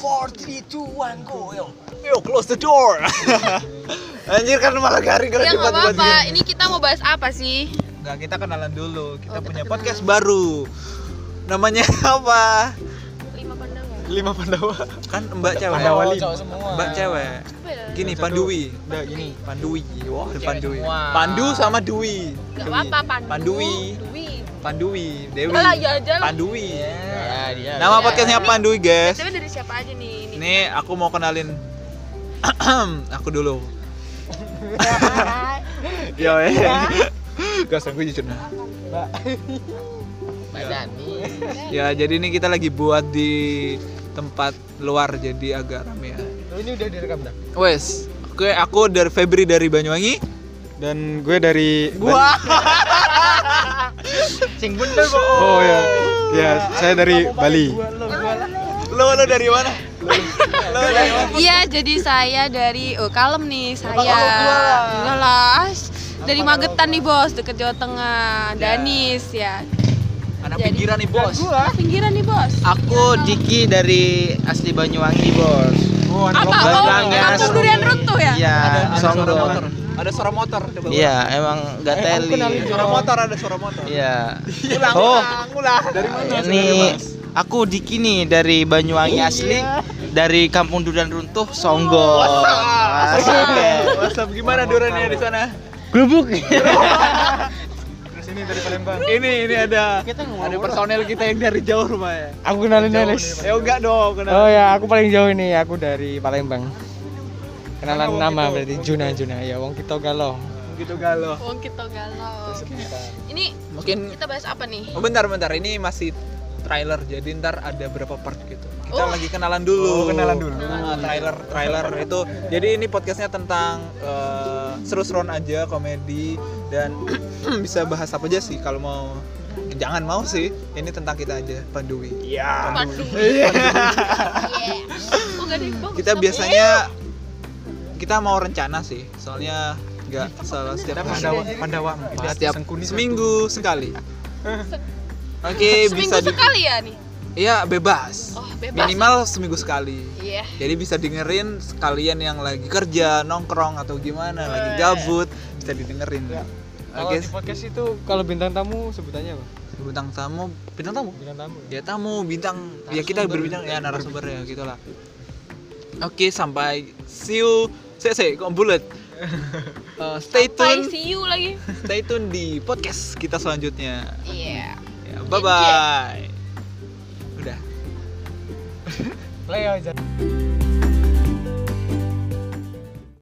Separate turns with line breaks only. four, three, two, one, go. Yo,
Yo, close the door. Anjir kan malah garing kalau
Ya nggak
dibuat-buat
apa-apa.
gitu.
Ini kita mau bahas apa sih?
Nggak, kita kenalan dulu. Kita
Oh, kita
punya
kenalan.
podcast baru. Namanya apa?
Lima pandangan.
lima Pandawa
Kan Mbak cewek.
Oh,
Pandawa lima.
cowok semua.
Mbak cewek.
Apa ya?
Gini,
Satu.
Panduwi.
udah gini
Pandui. Wah, ada
Cewek
Pandui.
semua.
Pandu sama Dwi.
Gak
Dwi.
apa-apa, Pandu.
Pandui.
Dwi.
Pandui, Dewi.
Alah, ya aja lah.
Pandui.
Nah,
Ya, dia.
Nama
Ya.
podcastnya
Ini-
Pandui, guys.
Tapi dari siapa aja nih? Ini.
Nih, aku mau kenalin aku dulu. Yo, eh. Gak usah, gue jujur nah.
Mbak Dani.
Ya, jadi ini kita lagi buat di tempat luar jadi agak rame ya.
oh, ini udah direkam dah
Wes, oke aku dari Febri dari Banyuwangi.
dan gue dari
Sing bener kok.
Bali. oh ya ya saya dari Bali
Lo lo dari mana? Lo dari mana?
Iya, jadi saya dari oh kalem nih saya.
Kalau gua lah.
Enggak lah. as- Dari Magetan nih, Bos, deket Jawa Tengah.
Iya.
Danis
eh.
ya.
Anak
Jadi-
pinggiran nih, Bos.
Ah, pinggiran nih, Bos. Iya,
Aku Diki dari asli Banyuwangi, Bos.
oh,
Apa?
lokal.
Oh,
Banyuwangi
kampung
asli.
durian runtuh ya?
Iya,
Ada suara
Songdo.
motor. Eh, Ada suara motor. coba
Iya, emang gak teli.
Suara motor ada suara motor.
Iya.
Ulang,
Oh.
ulang, ulang. Dari mana?
Ini aku Diki nih dari Banyuwangi
Iya.
asli, dari Kampung Dudan Runtuh, Songgo.
WhatsApp. WhatsApp gimana durannya di sana?
Gerubuk.
terus ini dari Palembang
Ini ini ada ada personel kita yang dari jauh rumahnya.
Aku kenalin Nelis.
Ya enggak dong, kenapa?
Oh ya, aku paling jauh ini. Aku dari Palembang. Kenalan nama berarti Juna Juna ya wong kita galau.
Gitu galau.
Wong Oh, kita galau. Ini
Mungkin
kita bahas apa nih?
Oh bentar bentar, ini masih trailer jadi ntar ada berapa part gitu. Kita
Oh.
lagi kenalan
Oh,
dulu.
kenalan dulu.
Nah, trailer trailer itu. Jadi ini podcastnya tentang eh, seru-seruan aja komedi dan bisa bahas apa aja sih kalau mau jangan mau sih ini tentang kita aja Panduwi
Ya.
Pandu. Yeah. Iya. Oh, nggak ada yang bagus,
kita
tapi-
biasanya kita mau rencana sih soalnya nggak salah setiap
Pandawa Pandawa
Ada
empat
setiap
Sengkuni satu.
seminggu sekali oke
seminggu
bisa di
sekali ya nih.
iya bebas.
Oh, bebas.
minimal seminggu sekali
Iya.
jadi bisa dengerin sekalian yang lagi kerja nongkrong atau gimana lagi
Iya.
gabut bisa didengerin oke
podcast itu kalau bintang tamu sebutannya apa?
bintang tamu bintang tamu
Bintang tamu.
ya tamu bintang ya kita berbintang ya narasumber ya gitulah oke sampai see you saya saya kok bulat Eh, stay
Sampai
tune
see you lagi.
stay tune di podcast kita selanjutnya
Iya.
ya, bye bye udah
Leo aja.